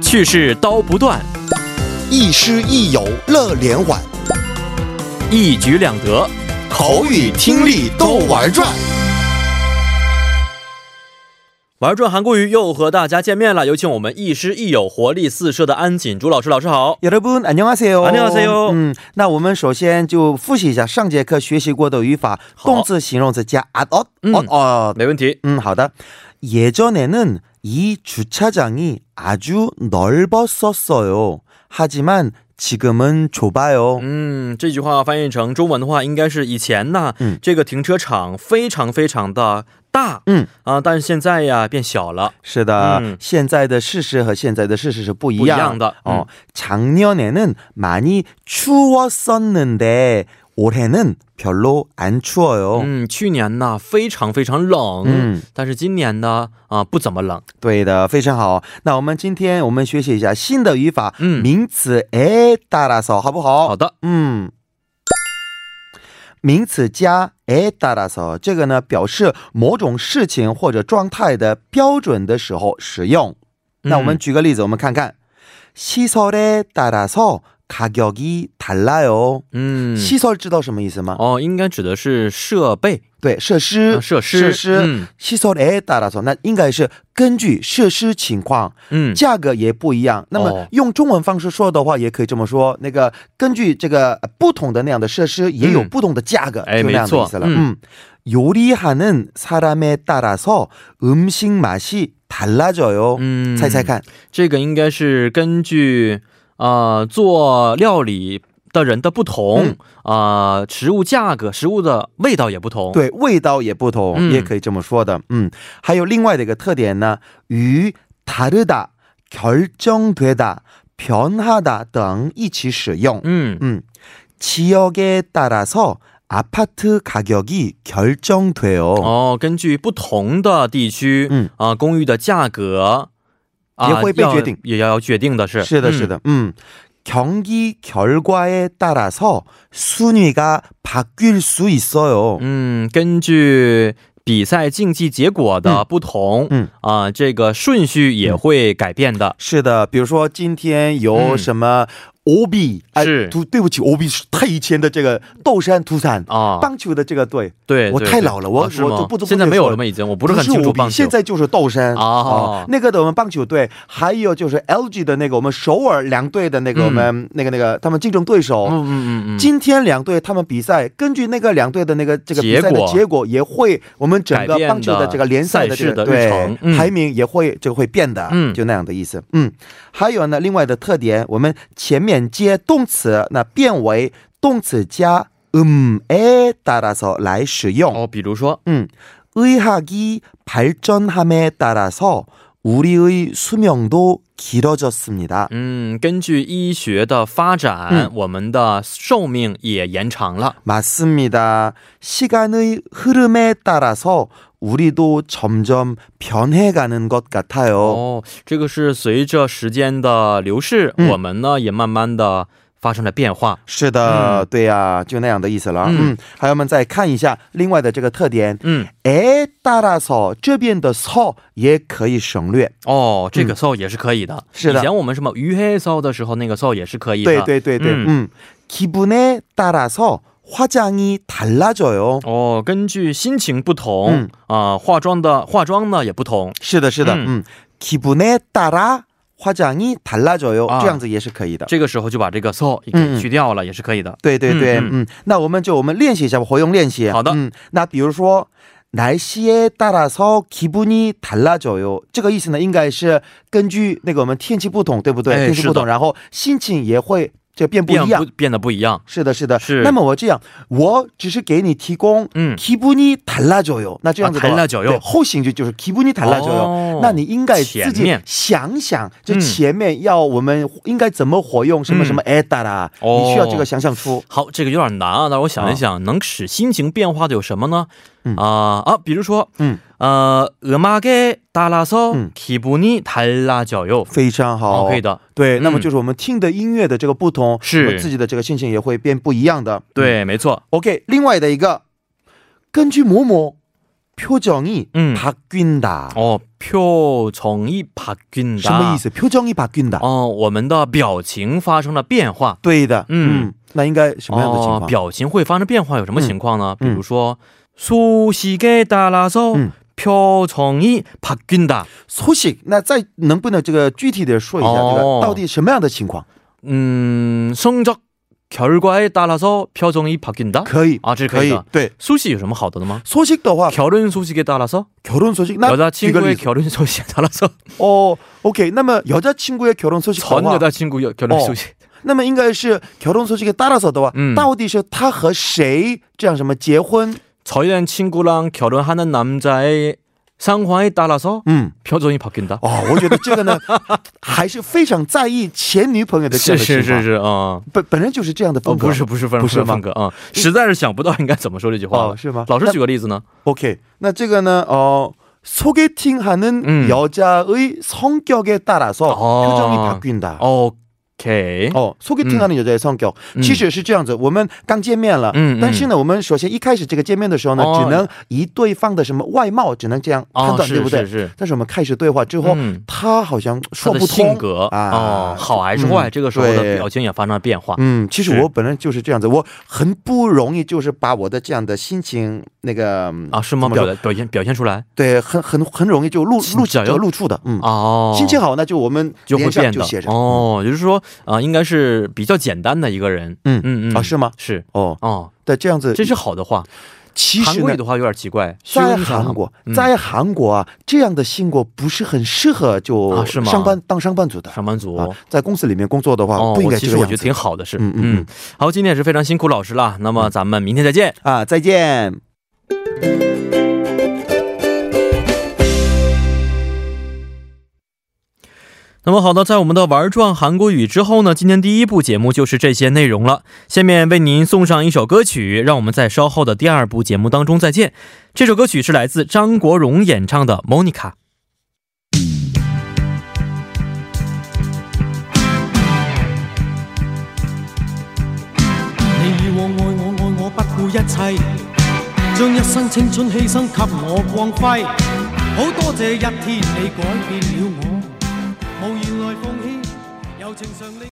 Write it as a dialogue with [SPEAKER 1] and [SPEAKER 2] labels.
[SPEAKER 1] 去世刀不断，
[SPEAKER 2] 亦师亦友乐连环，
[SPEAKER 1] 一举两得。
[SPEAKER 2] 口语听力都玩转。
[SPEAKER 1] 玩转韩国语又和大家见面了，有请我们亦师亦友、活力四射的安锦珠老师。老师好，
[SPEAKER 3] 여러분 안녕하세요.
[SPEAKER 1] 안녕하세요.
[SPEAKER 3] 嗯，那我们首先就复习一下上节课学习过的语法，
[SPEAKER 1] 好
[SPEAKER 3] 动词、形容词加 at o t o t o t
[SPEAKER 1] 没问题。
[SPEAKER 3] 음, 好的。 예전에는 이 주차장이 아주 넓었었어요. 하지만 지금은 좁아요.
[SPEAKER 1] 嗯，这句话翻译成中文的话，应该是以前呢，
[SPEAKER 3] 嗯
[SPEAKER 1] 这个停车场非常非常的大，
[SPEAKER 3] 嗯
[SPEAKER 1] 啊，但是现在呀变小了。
[SPEAKER 3] 是的，
[SPEAKER 1] 嗯
[SPEAKER 3] 现在的事实和现在的事实是不一
[SPEAKER 1] 不一
[SPEAKER 3] 样
[SPEAKER 1] 样的嗯
[SPEAKER 3] 哦、작년에는많이추웠었는데올해는별로안추워요。
[SPEAKER 1] 嗯，去年呢非常非常冷，
[SPEAKER 3] 嗯
[SPEAKER 1] 但是今年呢啊不怎么冷。
[SPEAKER 3] 对的，非常好。那我们今天我们学习一下新的语法，
[SPEAKER 1] 嗯
[SPEAKER 3] 名词诶따라서好不好？
[SPEAKER 1] 好的，
[SPEAKER 3] 嗯，名词加诶따라서这个呢表示某种事情或者状态的标准的时候使用。那我
[SPEAKER 1] 嗯
[SPEAKER 3] 们举个例子，我们看看시설에따라서가격이달라요。
[SPEAKER 1] 嗯，
[SPEAKER 3] 시설知道什么意思吗？
[SPEAKER 1] 哦，应该指的是设备
[SPEAKER 3] 对，设施
[SPEAKER 1] 啊，设施，
[SPEAKER 3] 设施。
[SPEAKER 1] 嗯
[SPEAKER 3] 시설에따라서那应该是根据设施情况。
[SPEAKER 1] 嗯，
[SPEAKER 3] 价格也不一样。那么
[SPEAKER 1] 哦
[SPEAKER 3] 用中文方式说的话，也可以这么说。那个根据这个呃不同的那样的设施，也有不同的价格，
[SPEAKER 1] 哎
[SPEAKER 3] 就那样的意思了。
[SPEAKER 1] 没错
[SPEAKER 3] 嗯，요리하는사람에따라서음식맛이달라져요。
[SPEAKER 1] 嗯
[SPEAKER 3] 猜猜看，
[SPEAKER 1] 这个应该是根据啊、呃做料理的人的不
[SPEAKER 3] 嗯
[SPEAKER 1] 同啊、呃食物价格、食物的味道也不同。，
[SPEAKER 3] 对，味道也不同，
[SPEAKER 1] 嗯
[SPEAKER 3] 也可以这么说的。嗯，还有另外的一个特点呢，与다르다결정되다변하다等一起使用。
[SPEAKER 1] 嗯，
[SPEAKER 3] 음, 지역에 따라서 아파트 가격이 결정돼요.
[SPEAKER 1] 哦，根据不同的地区，
[SPEAKER 3] 嗯
[SPEAKER 1] 啊、公寓的价格啊、
[SPEAKER 3] 也会被
[SPEAKER 1] 要
[SPEAKER 3] 决定
[SPEAKER 1] 也要决定的是，
[SPEAKER 3] 是的，
[SPEAKER 1] 嗯
[SPEAKER 3] 是的，嗯， 음. 경기 결과에 따라서 순위가 바뀔 수 있어요.
[SPEAKER 1] 嗯，根据比赛竞技结果的不同，
[SPEAKER 3] 嗯
[SPEAKER 1] 啊、这个顺序也会改变的。
[SPEAKER 3] 是的，比如说今天有
[SPEAKER 1] 嗯
[SPEAKER 3] 什么 OB，、哎
[SPEAKER 1] 是
[SPEAKER 3] 对，对不起，OB 是太以前的这个斗山土产
[SPEAKER 1] 啊
[SPEAKER 3] 嗯棒球的这个队，
[SPEAKER 1] 对，
[SPEAKER 3] 我
[SPEAKER 1] 对
[SPEAKER 3] 太
[SPEAKER 1] 对
[SPEAKER 3] 老了，我
[SPEAKER 1] 啊是
[SPEAKER 3] 我
[SPEAKER 1] 吗
[SPEAKER 3] 就不知不
[SPEAKER 1] 现在
[SPEAKER 3] 觉
[SPEAKER 1] 没有
[SPEAKER 3] 说
[SPEAKER 1] 了吗？已经，我不是很清楚
[SPEAKER 3] OB，
[SPEAKER 1] 棒球。
[SPEAKER 3] 现在就是斗山啊
[SPEAKER 1] 哦
[SPEAKER 3] 那个的我们棒球队，还有就是 LG 的那个我们首尔两队的那个
[SPEAKER 1] 嗯
[SPEAKER 3] 我们、那个那个他们竞争对手。
[SPEAKER 1] 嗯嗯嗯嗯，
[SPEAKER 3] 今天两队他们比赛，根据那个两队的那个这个比赛
[SPEAKER 1] 结
[SPEAKER 3] 的
[SPEAKER 1] 果
[SPEAKER 3] 结果，也会我们整
[SPEAKER 1] 改
[SPEAKER 3] 个
[SPEAKER 1] 变的
[SPEAKER 3] 棒球的这个联赛的这个
[SPEAKER 1] 赛事的日程
[SPEAKER 3] 对、
[SPEAKER 1] 嗯
[SPEAKER 3] 排名也会这个会变的，
[SPEAKER 1] 嗯
[SPEAKER 3] 就那样的意思。嗯，还有呢，另外的特点，我们前面接动词，那变为动词加嗯诶따라서来使用。
[SPEAKER 1] 哦，比如说，
[SPEAKER 3] 음, 의학이 발전함에 따라서 우리의 수명도 길어졌습니다.
[SPEAKER 1] 嗯，根据医学的发展，
[SPEAKER 3] 嗯
[SPEAKER 1] 我们的寿命也延长了。
[SPEAKER 3] 맞습니다. 시간의 흐름에 따라서 우리도 점점 변해가는 것 같아요.
[SPEAKER 1] 哦，这个是随着时间的流逝，
[SPEAKER 3] 嗯
[SPEAKER 1] 我们呢也慢慢的发生了变化。
[SPEAKER 3] 是的，
[SPEAKER 1] 嗯
[SPEAKER 3] 对呀、就那样的意思了。
[SPEAKER 1] 嗯
[SPEAKER 3] 嗯，还有我们再看一下另外的这个特点，
[SPEAKER 1] 嗯，
[SPEAKER 3] 에 따라서 这边的 so 也可以省略。
[SPEAKER 1] 哦，这个 so 也是可以的。
[SPEAKER 3] 是的
[SPEAKER 1] 以前我们什么鱼黑 so 的时候，那个 so 也是可以的。
[SPEAKER 3] 对对对对，
[SPEAKER 1] 嗯
[SPEAKER 3] 嗯，기분에 따라서 화장이 달라져요.
[SPEAKER 1] 哦，根据心情不同
[SPEAKER 3] 嗯
[SPEAKER 1] 啊、化妆的化妆呢也不同。
[SPEAKER 3] 是的，是的，
[SPEAKER 1] 嗯
[SPEAKER 3] 嗯，기분에따라화장이달라져요，
[SPEAKER 1] 啊
[SPEAKER 3] 这样子也是可以的。
[SPEAKER 1] 这个时候就把这个 so 给
[SPEAKER 3] 嗯
[SPEAKER 1] 去掉了，也是可以的。
[SPEAKER 3] 对对对，
[SPEAKER 1] 嗯
[SPEAKER 3] 嗯那我们就我们练习一下吧，活用练习。
[SPEAKER 1] 好的
[SPEAKER 3] 嗯，那比如说。날씨에따라서기분이달라져요，这个意思呢，应该是根据那个我们天气不同，对不对？
[SPEAKER 1] 哎
[SPEAKER 3] 天气
[SPEAKER 1] 是
[SPEAKER 3] 不
[SPEAKER 1] 的
[SPEAKER 3] 同，然后心情也会就变不
[SPEAKER 1] 变
[SPEAKER 3] 一样
[SPEAKER 1] 不。变得不一样。
[SPEAKER 3] 是的，是的。
[SPEAKER 1] 是
[SPEAKER 3] 那么我这样，我只是给你提供，
[SPEAKER 1] 嗯
[SPEAKER 3] 기분이달라져요。那这样子的话、
[SPEAKER 1] 啊달라져요
[SPEAKER 3] 对后行句就是기분이달라져요。
[SPEAKER 1] 哦
[SPEAKER 3] 那你应该自
[SPEAKER 1] 前
[SPEAKER 3] 己
[SPEAKER 1] 面
[SPEAKER 3] 想想，就
[SPEAKER 1] 嗯
[SPEAKER 3] 前面要我们应该怎么活用什么什么哎哒啦，
[SPEAKER 1] 哦
[SPEAKER 3] 你需要这个想象出。
[SPEAKER 1] 好，这个有点难啊。那我想一想，能使心情变化的有什么呢？啊、
[SPEAKER 3] 嗯
[SPEAKER 1] 啊，比如说，
[SPEAKER 3] 嗯，
[SPEAKER 1] 呃，음악에따라서
[SPEAKER 3] 嗯
[SPEAKER 1] 기분이달라져요。
[SPEAKER 3] 非常好，
[SPEAKER 1] 哦，可以。的。
[SPEAKER 3] 对，
[SPEAKER 1] 嗯
[SPEAKER 3] 那么就是我们听的音乐的这个不同，
[SPEAKER 1] 是
[SPEAKER 3] 我们自己的这个心情也会变不一样的。
[SPEAKER 1] 对，没错。
[SPEAKER 3] o k 另外的一个，根据某某표정이
[SPEAKER 1] 嗯
[SPEAKER 3] 바뀐다。
[SPEAKER 1] 哦， 표정이 바뀐다.
[SPEAKER 3] 什么意思？표정이바뀐다。
[SPEAKER 1] 哦，我们的表情发生了变化。
[SPEAKER 3] 对的，
[SPEAKER 1] 嗯
[SPEAKER 3] 嗯，那应该什么样的情
[SPEAKER 1] 哦
[SPEAKER 3] 况？，
[SPEAKER 1] 表情会发生变化，有什么情况呢？
[SPEAKER 3] 嗯
[SPEAKER 1] 比如说，소식에따라서
[SPEAKER 3] 嗯
[SPEAKER 1] 표정이바뀐다。
[SPEAKER 3] 苏醒，那再能不能这个具体的说一下，这
[SPEAKER 1] 哦
[SPEAKER 3] 个到底什么样的情况？
[SPEAKER 1] 음, 嗯 성적 결과에 따라서 표정이 바뀐다.
[SPEAKER 3] 可以
[SPEAKER 1] 아, 지
[SPEAKER 3] 可
[SPEAKER 1] 啊可以
[SPEAKER 3] 以
[SPEAKER 1] 的，
[SPEAKER 3] 对，
[SPEAKER 1] 소식 有什么好的吗
[SPEAKER 3] 소식 的话，
[SPEAKER 1] 결혼 소식에 따라서
[SPEAKER 3] 결혼소식，那举个
[SPEAKER 1] 여자친구의
[SPEAKER 3] 例子
[SPEAKER 1] 결혼 소식에 따라서
[SPEAKER 3] 哦，OK，那么여자친구의결혼소식
[SPEAKER 1] 전
[SPEAKER 3] 的话，
[SPEAKER 1] 여자친구 여- 결혼
[SPEAKER 3] 어.
[SPEAKER 1] 소식
[SPEAKER 3] 那么应该是결혼소식에따라서的话
[SPEAKER 1] 嗯，
[SPEAKER 3] 到底是他和谁这样什么结婚？
[SPEAKER 1] 저희는 친구랑 결혼하는 남자의 상황에 따라서
[SPEAKER 3] 嗯，
[SPEAKER 1] 표정이 바뀐다.
[SPEAKER 3] 哦，我觉得这个 呢，还是非常在意前女朋友的这样的情况。
[SPEAKER 1] 是是是，嗯，哦，
[SPEAKER 3] 本本人就是这样的风格。
[SPEAKER 1] 不是不是，不
[SPEAKER 3] 不是
[SPEAKER 1] 是
[SPEAKER 3] 吗
[SPEAKER 1] 风格啊，嗯实在是想不到应该怎么说这句话
[SPEAKER 3] 哦，
[SPEAKER 1] 了。
[SPEAKER 3] 是吗？
[SPEAKER 1] 老师
[SPEAKER 3] 那
[SPEAKER 1] 举个例子呢？
[SPEAKER 3] 오케이. 나 지금은 어呃 소개팅하는
[SPEAKER 1] 음.
[SPEAKER 3] 여자의 성격에 따라서
[SPEAKER 1] 어.
[SPEAKER 3] 표정이 바뀐다. 어.
[SPEAKER 1] OK，
[SPEAKER 3] 소개팅하는 여자의 성격.
[SPEAKER 1] 음.
[SPEAKER 3] 其实是这样子，我们刚见面了，
[SPEAKER 1] 음, 음.
[SPEAKER 3] 但是呢，我们首先一开始这个见面的时候呢，
[SPEAKER 1] 哦。哦，是
[SPEAKER 3] 啊只能以对方的什么外貌，只能这样判断，对不对？
[SPEAKER 1] 是是，
[SPEAKER 3] 但是我们开始对话之后，
[SPEAKER 1] 嗯。他的
[SPEAKER 3] 他好像说不通，
[SPEAKER 1] 性格
[SPEAKER 3] 啊，
[SPEAKER 1] 哦，好还是坏，
[SPEAKER 3] 嗯，
[SPEAKER 1] 这个时候的
[SPEAKER 3] 对。
[SPEAKER 1] 表情也发生了变化。
[SPEAKER 3] 嗯，其实
[SPEAKER 1] 是
[SPEAKER 3] 我本人就是这样子，我很不容易，就是把我的这样的心情那个
[SPEAKER 1] 啊，是吗？
[SPEAKER 3] 怎么
[SPEAKER 1] 表
[SPEAKER 3] 说
[SPEAKER 1] 达表现表现出来
[SPEAKER 3] 对，很很很容易就露露
[SPEAKER 1] 假
[SPEAKER 3] 这
[SPEAKER 1] 如
[SPEAKER 3] 个露出的，嗯，
[SPEAKER 1] 哦，
[SPEAKER 3] 心情好那就我们
[SPEAKER 1] 就会
[SPEAKER 3] 脸上嗯
[SPEAKER 1] 变
[SPEAKER 3] 就
[SPEAKER 1] 的
[SPEAKER 3] 写着，
[SPEAKER 1] 哦，也就是说啊、应该是比较简单的一个人。
[SPEAKER 3] 嗯
[SPEAKER 1] 嗯嗯
[SPEAKER 3] 啊是吗？
[SPEAKER 1] 是
[SPEAKER 3] 哦，
[SPEAKER 1] 哦，
[SPEAKER 3] 对，这样子
[SPEAKER 1] 这是好的话。
[SPEAKER 3] 其
[SPEAKER 1] 韩
[SPEAKER 3] 实
[SPEAKER 1] 国
[SPEAKER 3] 呢
[SPEAKER 1] 语，的话有点奇怪，
[SPEAKER 3] 在
[SPEAKER 1] 虚伪的话
[SPEAKER 3] 韩国，
[SPEAKER 1] 嗯
[SPEAKER 3] 在韩国啊，这样的性格不是很适合就
[SPEAKER 1] 啊是吗
[SPEAKER 3] 上班当上班族的。
[SPEAKER 1] 上班族。
[SPEAKER 3] 啊，在公司里面工作的话，
[SPEAKER 1] 哦，
[SPEAKER 3] 不应
[SPEAKER 1] 我
[SPEAKER 3] 该
[SPEAKER 1] 其
[SPEAKER 3] 这
[SPEAKER 1] 实我
[SPEAKER 3] 个样
[SPEAKER 1] 觉得
[SPEAKER 3] 子
[SPEAKER 1] 挺好的是，
[SPEAKER 3] 嗯嗯嗯
[SPEAKER 1] 好，今天也是非常辛苦老师了，那么咱们明天再见。
[SPEAKER 3] 啊！再见。
[SPEAKER 1] 那么好的，在我们的玩转韩国语之后呢，今天第一部节目就是这些内容了。下面为您送上一首歌曲，让我们在稍后的第二部节目当中再见。这首歌曲是来自张国荣演唱的《Monica》。
[SPEAKER 4] 你以往爱我爱我不顾一切，将一生青春犧牲給我光輝。好多謝一天你改變了我，無言來奉獻，柔情常令。